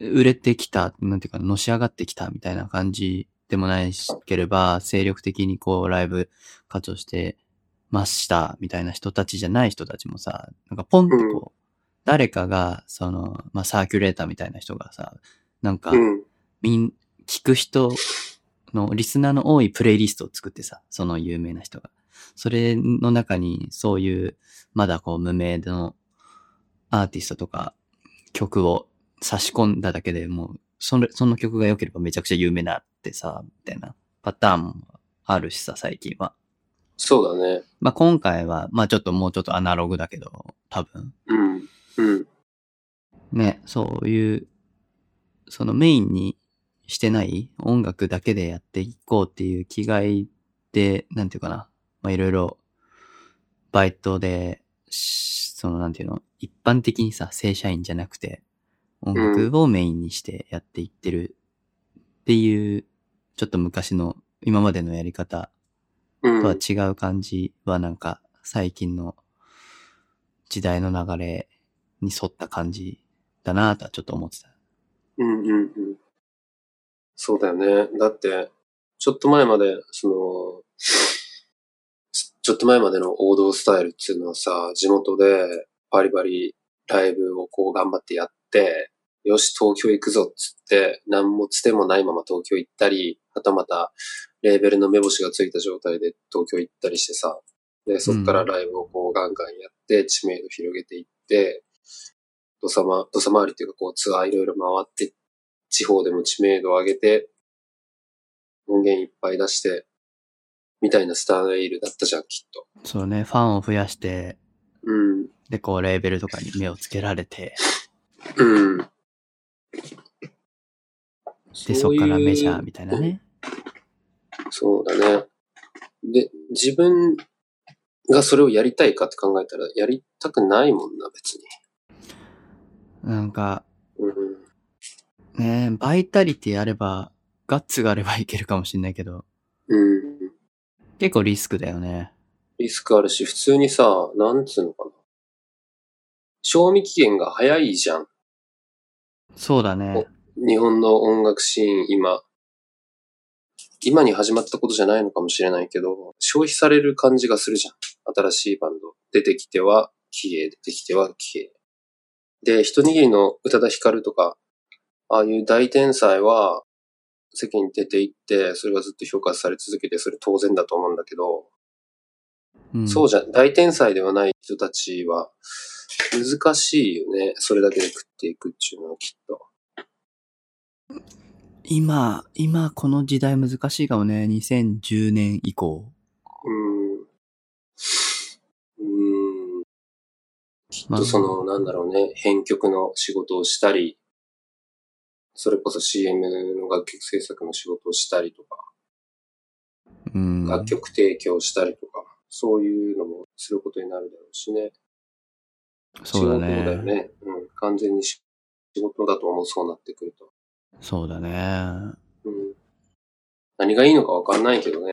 Speaker 1: 売れてきた、なんていうか、のし上がってきたみたいな感じでもないしければ、精力的にこう、ライブ活動してました、みたいな人たちじゃない人たちもさ、なんかポンとこう、誰かが、その、まあ、サーキュレーターみたいな人がさ、なんか、
Speaker 2: うん。
Speaker 1: みん、聞く人の、リスナーの多いプレイリストを作ってさ、その有名な人が。それの中に、そういう、まだこう無名のアーティストとか曲を差し込んだだけでもう、その、その曲が良ければめちゃくちゃ有名なってさ、みたいなパターンもあるしさ、最近は。
Speaker 2: そうだね。
Speaker 1: まあ、今回は、まあ、ちょっともうちょっとアナログだけど、多分。
Speaker 2: うん。うん。
Speaker 1: ね、そういう、そのメインにしてない音楽だけでやっていこうっていう気概で、なんていうかな。まあ、いろいろ、バイトで、しそのなんていうの、一般的にさ、正社員じゃなくて、音楽をメインにしてやっていってるっていう、ちょっと昔の、今までのやり方
Speaker 2: うん。
Speaker 1: とは違う感じはなんか最近の時代の流れに沿った感じだなとはちょっと思ってた。
Speaker 2: うんうんうん。そうだよね。だって、ちょっと前まで、その、ちょっと前までの王道スタイルっていうのはさ、地元でバリバリライブをこう頑張ってやって、よし、東京行くぞっつって、何もつてもないまま東京行ったり、はたまたレーベルの目星がついた状態で東京行ったりしてさ、で、そっからライブをこうガンガンやって、知名度広げていって、土佐ま、土佐回りっていうかこうツアーいろいろ回って、地方でも知名度を上げて、音源いっぱい出して、みたいなスタイルだったじゃん、きっと。
Speaker 1: そうね、ファンを増やして、
Speaker 2: うん。
Speaker 1: で、こう、レーベルとかに目をつけられて、
Speaker 2: うん。
Speaker 1: で、そこからメジャー
Speaker 2: そういう
Speaker 1: みたいなね。
Speaker 2: そうだね。で、自分がそれをやりたいかって考えたら、やりたくないもんな、別に。
Speaker 1: なんか、
Speaker 2: うん。
Speaker 1: ね、バイタリティあれば、ガッツがあればいけるかもしんないけど、
Speaker 2: うん。
Speaker 1: 結構リスクだよね。
Speaker 2: リスクあるし、普通にさ、なんつうのかな。賞味期限が早いじゃん。
Speaker 1: そうだね。
Speaker 2: 日本の音楽シーン、今。今に始まったことじゃないのかもしれないけど、消費される感じがするじゃん。新しいバンド。出てきては消え、出てきては消え。で、一握りの宇多田ヒカルとか、ああいう大天才は、世間に出ていって、それがずっと評価され続けて、それ当然だと思うんだけど、
Speaker 1: うん、
Speaker 2: そうじゃん、大天才ではない人たちは、難しいよね。それだけで食っていくっていうのはきっと。
Speaker 1: 今、今この時代難しいかもね。2010年以降。
Speaker 2: うん。うん。きっ
Speaker 1: まあ
Speaker 2: とその、なんだろうね、編曲の仕事をしたり、それこそ CM の楽曲制作の仕事をしたりとか、
Speaker 1: うん。
Speaker 2: 楽曲提供したりとか、そういうのもすることになるだろうしね。
Speaker 1: そうだ
Speaker 2: 仕事だよ
Speaker 1: ね。
Speaker 2: ね。うん。完全に仕事だと思う、そうなってくると。
Speaker 1: そうだね。
Speaker 2: うん何がいいのかわかんないけどね。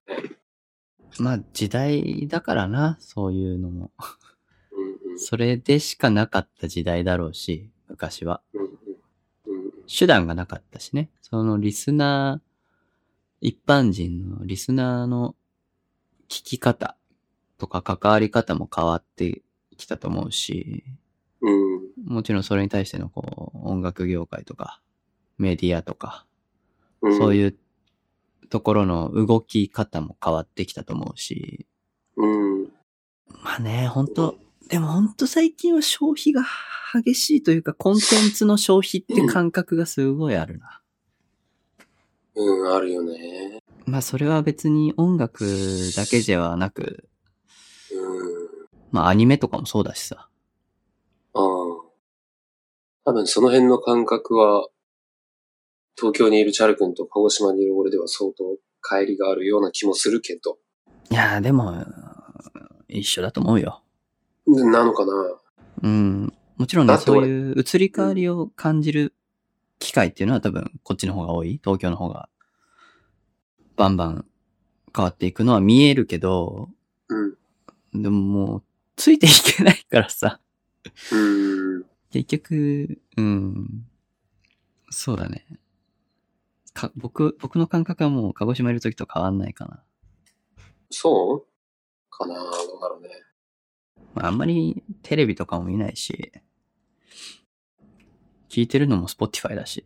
Speaker 1: まあ時代だからな、そういうのも。
Speaker 2: うんうん
Speaker 1: それでしかなかった時代だろうし、昔は。
Speaker 2: うんうんうん
Speaker 1: 手段がなかったしね。そのリスナー、一般人のリスナーの聞き方とか関わり方も変わってきたと思うし、
Speaker 2: うんうん
Speaker 1: もちろんそれに対してのこう、音楽業界とか、メディアとか、
Speaker 2: うん
Speaker 1: そう
Speaker 2: う。
Speaker 1: いうところの動き方も変わってきたと思うし、
Speaker 2: うん。
Speaker 1: まあね、本当でも本当最近は消費が激しいというか、コンテンツの消費って感覚がすごいあるな。
Speaker 2: うん、あるよね。
Speaker 1: まあそれは別に音楽だけではなく、
Speaker 2: うん。
Speaker 1: まあアニメとかもそうだしさ。
Speaker 2: ああ。多分その辺の感覚は、東京にいるチャル君と鹿児島にいる俺では相当帰りがあるような気もするけど。
Speaker 1: いやーでも、一緒だと思うよ。
Speaker 2: でなのかな
Speaker 1: うん。もちろんね、
Speaker 2: だって
Speaker 1: そう
Speaker 2: 俺
Speaker 1: いう移り変わりを感じる機会っていうのは多分こっちの方が多い。東京の方がバンバン変わっていくのは見えるけど、
Speaker 2: うん。
Speaker 1: でももうついていけないからさ。
Speaker 2: うん。
Speaker 1: 結局、うん。そうだね。か、僕、僕の感覚はもう鹿児島いる時と変わんないかな。
Speaker 2: そうかなどうだろうね。
Speaker 1: まあ、あんまりテレビとかも見ないし、聞いてるのも Spotify だし。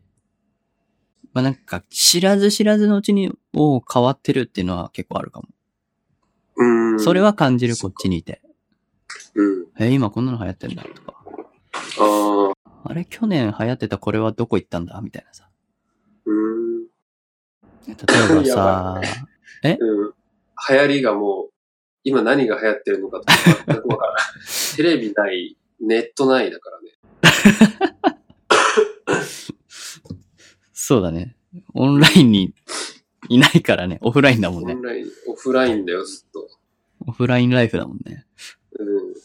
Speaker 1: まあなんか、知らず知らずのうちに、おう変わってるっていうのは結構あるかも。
Speaker 2: うん。
Speaker 1: それ。は感じる、こ
Speaker 2: そ
Speaker 1: っ
Speaker 2: っ
Speaker 1: ちにいて。
Speaker 2: うん。
Speaker 1: え、今こんなの流行ってんだとか。
Speaker 2: ああ。
Speaker 1: あれ、去年流行ってたこれはどこ行ったんだみたいなさ。
Speaker 2: うん。
Speaker 1: 例えば
Speaker 2: や
Speaker 1: さ
Speaker 2: ば、うん。流行りがもう、今何が流行ってるのかとか全くわからない。 テレビない、ネットないだからね。
Speaker 1: そうだね。オンラインにいないからね。オフラインだもん
Speaker 2: オ
Speaker 1: ね
Speaker 2: ン。ライン、オフラインだよ、ずっと。
Speaker 1: オフラインライフだもんね。
Speaker 2: うん。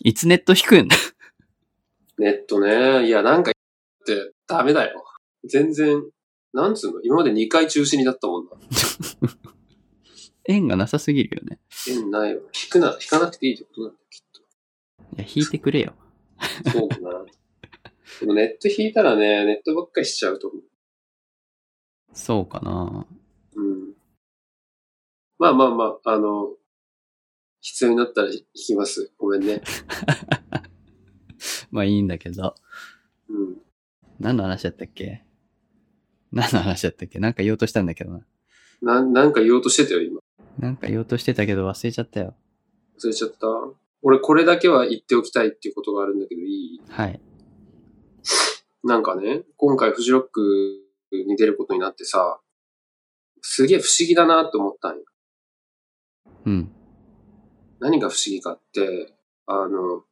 Speaker 1: いつネット引くん
Speaker 2: ネットね。いや、なんか、ってダメだよ。全然、なんつうの今まで2回中止になったもんな。
Speaker 1: 縁がなさすぎるよね。
Speaker 2: 縁ないわ。引くな、引かなくていいってことなんだよ、きっ
Speaker 1: いや、引いてくれよ。
Speaker 2: と。そうかな。でもネット引いたらね、ネットばっかりしちゃうと思う。
Speaker 1: そうかな。
Speaker 2: うん。まあまあまあ、あの、必要になったら引きます。ごめんね。
Speaker 1: まあいいんだけど。
Speaker 2: うん。
Speaker 1: 何の話だったっけ何の話だったっけなんか言おうとしたんだけどな。
Speaker 2: なん、なんか言おうとしてたよ、今。
Speaker 1: なんか言おうとしてたけど忘れちゃったよ。
Speaker 2: 忘れちゃった。俺これだけは言っておきたいっていうことがあるんだけど、いい
Speaker 1: はい。
Speaker 2: なんかね、今回フジロックに出ることになってさ、すげえ不思議だなって思ったんよ。
Speaker 1: うん。
Speaker 2: 何が不思議かって、あの、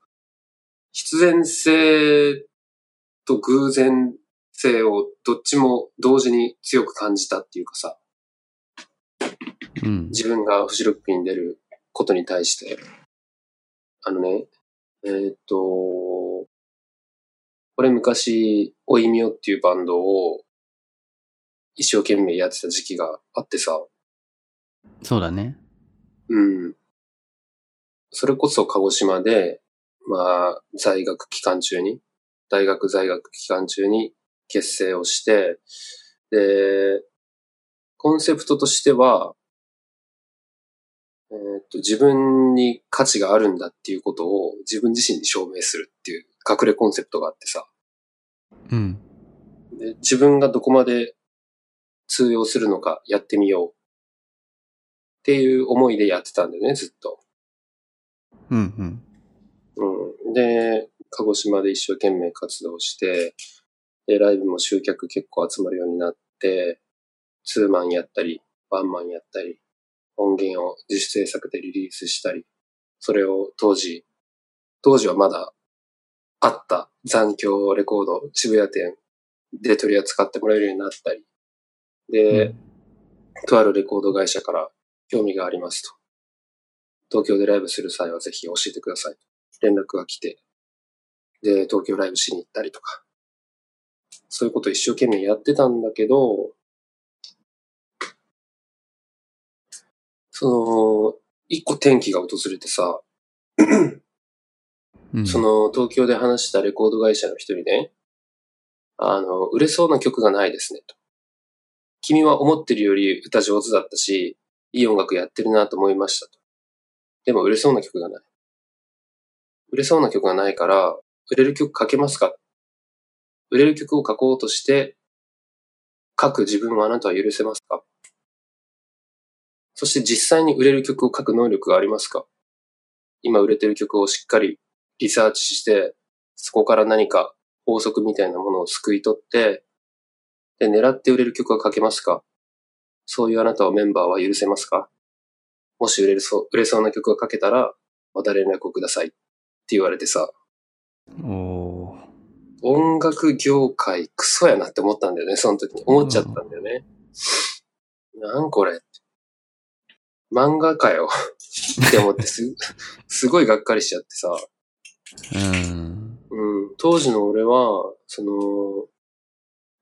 Speaker 2: 必然性と偶然性をどっちも同時に強く感じたっていうかさ、
Speaker 1: うん。
Speaker 2: 自分がフジロックに出ることに対して、あのね、えーっと、これ昔、おいみょっていうバンドを一生懸命やってた時期があってさ、
Speaker 1: そうだね。
Speaker 2: うん。それこそ鹿児島で、まあ、在学期間中に、大学在学期間中に結成をして、で、コンセプトとしては、えーっと、自分に価値があるんだっていうことを自分自身に証明するっていう隠れコンセプトがあってさ、
Speaker 1: うん。
Speaker 2: で自分がどこまで通用するのかやってみようっていう思いでやってたんだよね、ずっと。
Speaker 1: うんうん。
Speaker 2: うん。で、鹿児島で一生懸命活動して、で、ライブも集客結構集まるようになって、ツーマンやったり、ワンマンやったり、音源を自主制作でリリースしたり、それを当時、当時はまだあった残響レコード渋谷店で取り扱ってもらえるようになったり、で、とあるレコード会社から興味がありますと。東京でライブする際はぜひ教えてください。連絡が来て、で、東京ライブしに行ったりとか。そういうことを一生懸命やってたんだけど、その、一個転機が訪れてさ、
Speaker 1: うん、
Speaker 2: そ、の東京で話したレコード会社の一人ね、あの、売れそうな曲がないですね、と。君は思ってるより歌上手だったし、いい音楽やってるなと思いましたと。でも売れそうな曲がない。売れそうな曲がないから、売れる曲書けますか売れる曲を書こうとして、書く自分はあなたは許せますかそして実際に売れる曲を書く能力がありますか今売れてる曲をしっかりリサーチして、そこから何か法則みたいなものを救い取って、で、狙って売れる曲は書けますかそういうあなたをメンバーは許せますかもし売れるそう、売れそうな曲が書けたら、また連絡をくださいって言われてさ、
Speaker 1: お
Speaker 2: 音楽業界クソやなって思ったんだよね、その時に。思っちゃったんだよね。なんこれ漫画かよって思ってす、すごいがっかりしちゃってさ。
Speaker 1: ー。うん。
Speaker 2: うん、当時の俺は、その、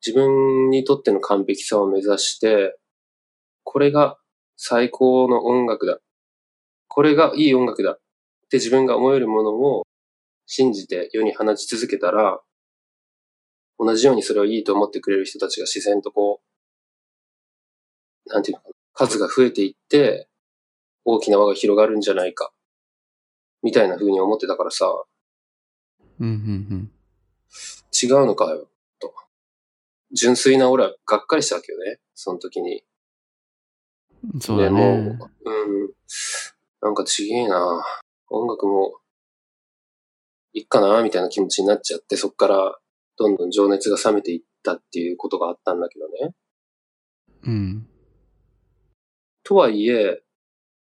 Speaker 2: 自分にとっての完璧さを目指して、これが最高の音楽だ。これがいい音楽だ。って自分が思えるものを信じて世に放ち続けたら、同じようにそれをいいと思ってくれる人たちが自然とこう、なんていうのかな、数が増えていって、大きな輪が広がるんじゃないか。みたいな風に思ってたからさ、
Speaker 1: うんうん
Speaker 2: 違うのかよ、と。純粋な俺はがっかりしたわけよね、その時に。
Speaker 1: うん。そうだね
Speaker 2: で。もう、うん。なんかちげえな音楽も、いっかなみたいな気持ちになっちゃって、そっからどんどん情熱が冷めていったっていうことがあったんだけどね。
Speaker 1: うん。
Speaker 2: とはいえ、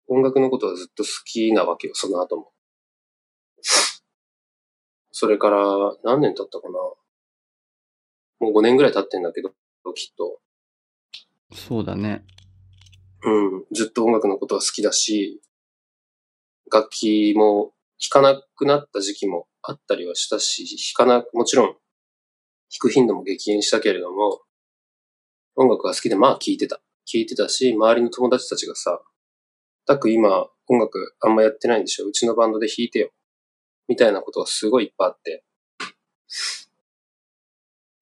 Speaker 2: 音楽のことはずっと好きなわけよ、その後も。それから何年経ったかなもう5年ぐらい経ってんだけど、きっと。
Speaker 1: そうだね。
Speaker 2: うん、ずっと音楽のことは好きだし、楽器も弾かなくなった時期もあったりはしたし、弾かな、もちろん弾く頻度も激減したけれども、音楽が好きでまあ聴いてた。聴いてたし、周りの友達たちがさ、たく今音楽あんまやってないんでしょうちのバンドで弾いてよ。みたいなことがすごいいっぱいあって。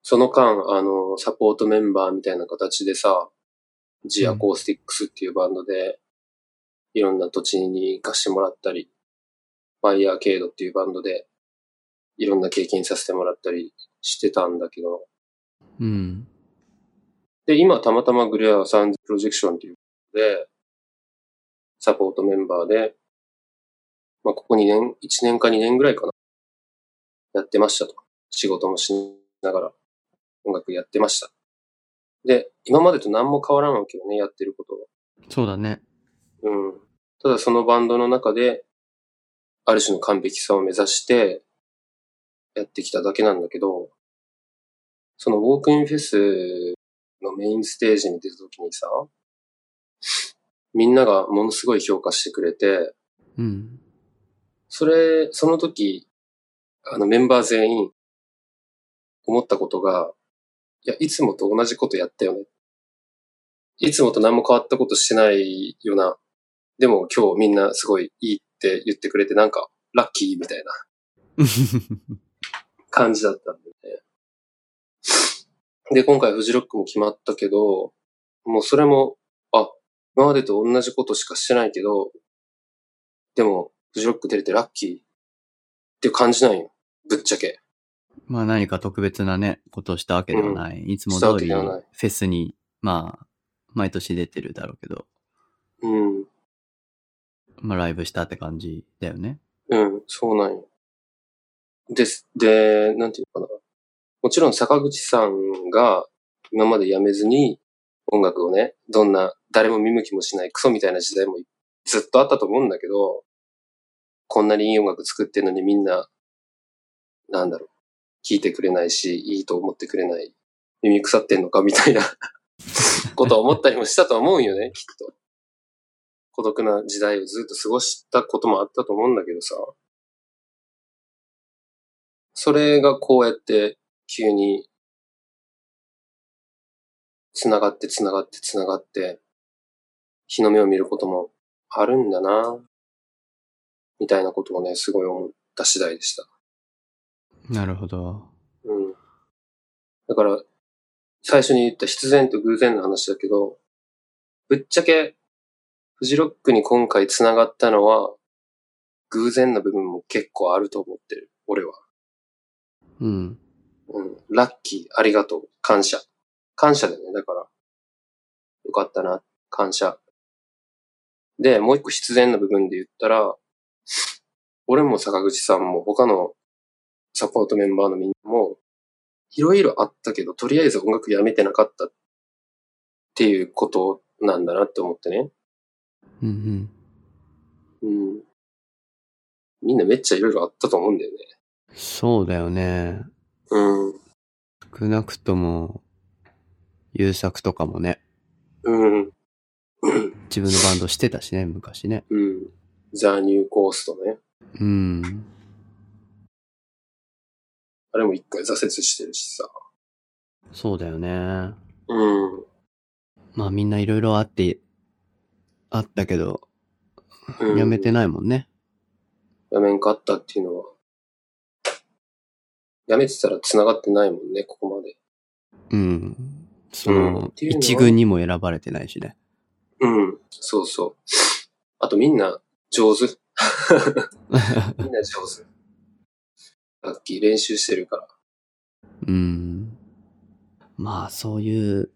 Speaker 2: その間、あの、サポートメンバーみたいな形でさ、ジアコースティックスっていうバンドで、いろんな土地に行かしてもらったり、ファイヤーケードっていうバンドで、いろんな経験させてもらったりしてたんだけど、
Speaker 1: うん。
Speaker 2: で、今たまたまグレアサンズプロジェクションっていうことで、サポートメンバーで、まあ、ここ2年、1年か2年ぐらいかな。やってましたと。仕事もしながら音楽やってました。で、今までと何も変わらんわけよね、やってることは。
Speaker 1: そうだね。
Speaker 2: うん。ただそのバンドの中で、ある種の完璧さを目指して、やってきただけなんだけど、そのウォークインフェスのメインステージに出た時にさ、みんながものすごい評価してくれて、
Speaker 1: うん。
Speaker 2: それ、その時、あのメンバー全員、思ったことが、いや、いつもと同じことやったよね。いつもと何も変わったことしてないよな。でも今日みんなすごいいいって言ってくれて、なんか、ラッキーみたいな感じだったんでね。で、今回フジロックも決まったけど、もうそれも、あ、今までと同じことしかしてないけど、でも、フジロック出れてラッキーっていう感じなんよ。ぶっちゃけ。
Speaker 1: まあ何か特別なね、ことをしたわけではない。いつも通り
Speaker 2: したわけで
Speaker 1: フ
Speaker 2: はない
Speaker 1: ェスに、まあ、毎年出てるだろうけど、
Speaker 2: うん。
Speaker 1: まあライブしたって感じだよね。
Speaker 2: うん、そうなんよ。です。で、なんていうのかな。もちろん坂口さんが今まで辞めずに音楽をね、どんな、誰も見向きもしないクソみたいな時代もずっとあったと思うんだけど、こんなにいい音楽作ってるのにみんな、なんだろう、聞いてくれないし、いいと思ってくれない、耳腐ってんのかみたいなことを思ったりもしたと思うんよね、きっと。孤独な時代をずっと過ごしたこともあったと思うんだけどさ。それがこうやって急に繋がって繋がって繋がって日の目を見ることもあるんだなみたいなことをね、すごい思った次第でした。
Speaker 1: なるほど。
Speaker 2: うん。だから、最初に言った必然と偶然の話だけど、ぶっちゃけ、フジロックに今回繋がったのは、偶然な部分も結構あると思ってる、俺は。
Speaker 1: うん。
Speaker 2: うん。ラッキー、ありがとう、感謝。感謝だよね、だから。よかったな、感謝。で、もう一個必然な部分で言ったら、俺も坂口さんも他のサポートメンバーのみんなも、いろいろあったけど、とりあえず音楽やめてなかったっていうことなんだなって思ってね。
Speaker 1: うんうん。
Speaker 2: うん。みんなめっちゃいろいろあったと思うんだよね。
Speaker 1: そうだよね。
Speaker 2: うん。
Speaker 1: 少なくとも、優作とかもね、
Speaker 2: うん。
Speaker 1: 自分のバンドしてた しね、昔ね。
Speaker 2: うん。ザ・ニューコーストね。
Speaker 1: うん。
Speaker 2: あれも一回挫折してるしさ。
Speaker 1: そうだよね。
Speaker 2: うん。
Speaker 1: まあみんないろいろあって、あったけど、
Speaker 2: うん
Speaker 1: やめてないもんね。
Speaker 2: やめんかったっていうのは。やめてたら繋がってないもんね、ここまで。
Speaker 1: うん。そ
Speaker 2: うん
Speaker 1: の
Speaker 2: っ、ていうのは
Speaker 1: 一軍にも選ばれてないしね。
Speaker 2: うん。そうそう。あとみんな上 手。みんな上手。ラッキー練習してるから。
Speaker 1: うん。まあそういう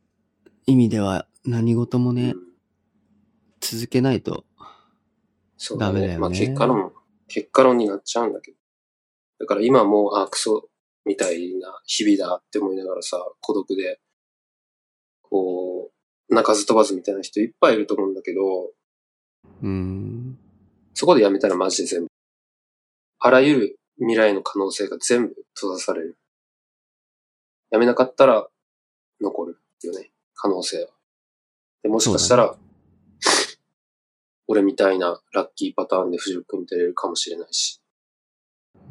Speaker 1: 意味では何事もね
Speaker 2: う、ん
Speaker 1: 続けないと。
Speaker 2: そうだ
Speaker 1: ダメ
Speaker 2: ね。
Speaker 1: だよね
Speaker 2: まあ結果論、結果論になっちゃうんだけど。だから今もう、あ、クソみたいな日々だって思いながらさ、孤独で、こう、泣かず飛ばずみたいな人いっぱいいると思うんだけど、
Speaker 1: うん。
Speaker 2: そこでやめたらマジで全部。あらゆる未来の可能性が全部閉ざされる。やめなかったら残るよね。可能性は。でもしかしたら、俺みたいなラッキーパターンで藤君出れるかもしれないし、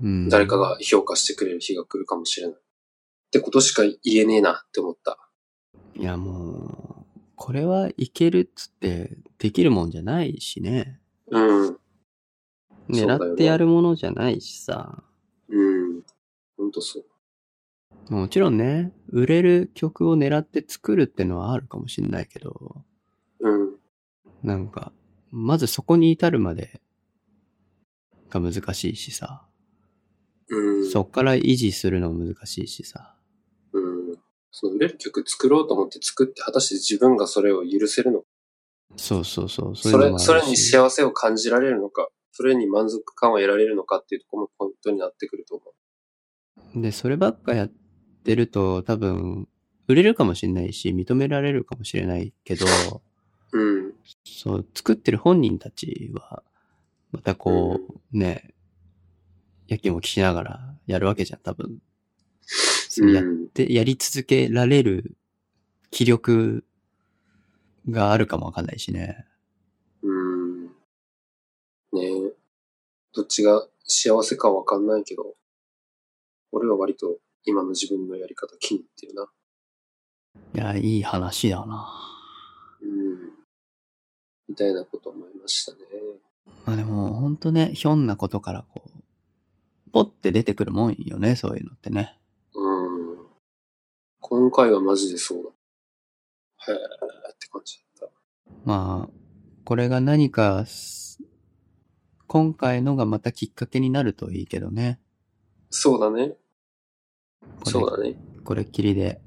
Speaker 1: うん、
Speaker 2: 誰かが評価してくれる日が来るかもしれない。ってことしか言えねえなって思った。
Speaker 1: いやもう、これはいけるっつってできるもんじゃないしね。
Speaker 2: うん。そうだよね
Speaker 1: 狙ってやるものじゃないしさ。
Speaker 2: うん。ほんとそう。
Speaker 1: もちろんね、売れる曲を狙って作るってのはあるかもしんないけど、
Speaker 2: うん。
Speaker 1: なんか、まずそこに至るまでが難しいしさ。
Speaker 2: うん。
Speaker 1: そっから維持するのも難しいしさ。
Speaker 2: うん。その売れる曲作ろうと思って作って、果たして自分がそれを許せるの
Speaker 1: そうそうそう。うい
Speaker 2: そう
Speaker 1: の
Speaker 2: れ
Speaker 1: もあ、るし
Speaker 2: それに幸せを感じられるのか、それに満足感を得られるのかっていうところもポイントになってくると思う。
Speaker 1: で、そればっかやってると、多分、売れるかもしれないし、認められるかもしれないけど、
Speaker 2: うん。
Speaker 1: そう、作ってる本人たちは、またこう、ね、やきもきしながらやるわけじゃん、多分。そうやっ
Speaker 2: ん。
Speaker 1: て、やり続けられる気力があるかもわかんないしね。
Speaker 2: うん。ねえ。どっちが幸せかわかんないけど、俺は割と今の自分のやり方気に入ってるな。
Speaker 1: いや、いい話だな。
Speaker 2: うん。みたいなこと思いましたね。
Speaker 1: まあでも、ほんとね、ひょんなことからこう、ポって出てくるもんよね、そういうのってね。
Speaker 2: うん。今回はマジでそうだ。へえって感じだっ
Speaker 1: まあ、これが何かす、今回のがまたきっかけになるといいけどね。
Speaker 2: た。そうだね。
Speaker 1: これ
Speaker 2: そうだね。
Speaker 1: これっきりで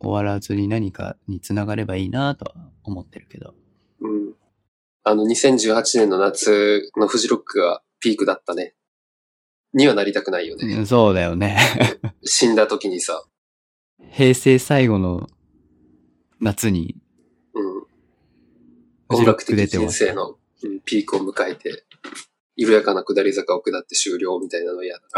Speaker 1: 終わらずに何かにつながればいいなとは思ってるけど。
Speaker 2: うん。あの、2018年の夏のフジロックがピークだったね。にはなりたくないよね。
Speaker 1: そうだよね。
Speaker 2: 死んだ時にさ。
Speaker 1: 平成最後の夏に
Speaker 2: うん。
Speaker 1: フ
Speaker 2: 音
Speaker 1: ジロッ
Speaker 2: 楽
Speaker 1: ク
Speaker 2: 的
Speaker 1: 出て
Speaker 2: 人
Speaker 1: ました
Speaker 2: 生のうんピークを迎えて、緩やかな下り坂を下って終了みたいなの嫌だ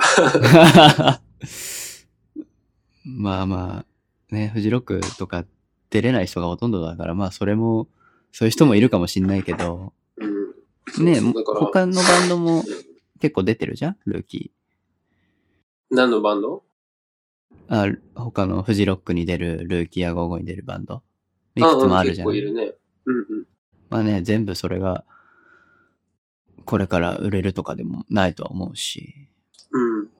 Speaker 2: な。
Speaker 1: まあまあ、ね、フジロックとか出れない人がほとんどだから、まあそれも、そういう人もいるかもしんないけど、
Speaker 2: うん。
Speaker 1: ね、
Speaker 2: そうそうだから
Speaker 1: 他のバンドも結構出てるじゃんルーキ
Speaker 2: 何のバンド
Speaker 1: ー。あ、他のフジロックに出る、ルーキーや55に出るバンド。い
Speaker 2: あ
Speaker 1: くつもあるじゃん。
Speaker 2: 結構いるね。うんうん。
Speaker 1: まあね、全部それが、これから売れるとかでもないとは思うし、
Speaker 2: うん。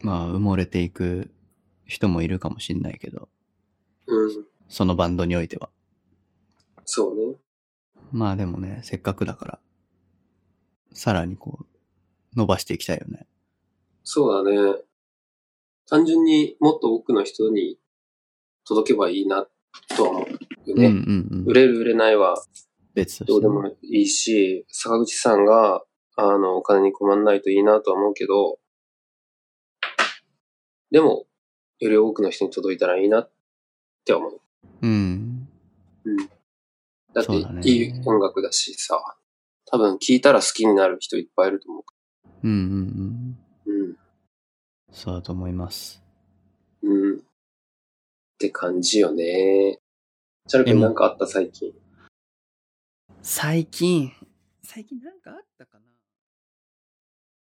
Speaker 1: まあ埋もれていく人もいるかもしんないけど、
Speaker 2: うん。
Speaker 1: そのバンドにおいては。
Speaker 2: そうね。
Speaker 1: まあでもね、せっかくだから、さらにこう、伸ばしていきたいよね。
Speaker 2: そうだね。単純にもっと多くの人に届けばいいなとは思うよね。
Speaker 1: うんうんう
Speaker 2: 売
Speaker 1: ん。
Speaker 2: れる売れないは
Speaker 1: 別として。
Speaker 2: どうでもいいし、坂口さんが、あの、お金に困んないといいなとは思うけど、でも、より多くの人に届いたらいいなって思う。
Speaker 1: うん。
Speaker 2: だって
Speaker 1: そうだね、
Speaker 2: いい音楽だしさ、多分聴いたら好きになる人いっぱいいると思うか
Speaker 1: うんうんうん。
Speaker 2: ら。うん。
Speaker 1: そうだと思います。
Speaker 2: うん。って感じよね。チャル
Speaker 1: で
Speaker 2: 君
Speaker 1: も
Speaker 2: なんかあった最近。
Speaker 1: 最近、最近なんかあったかな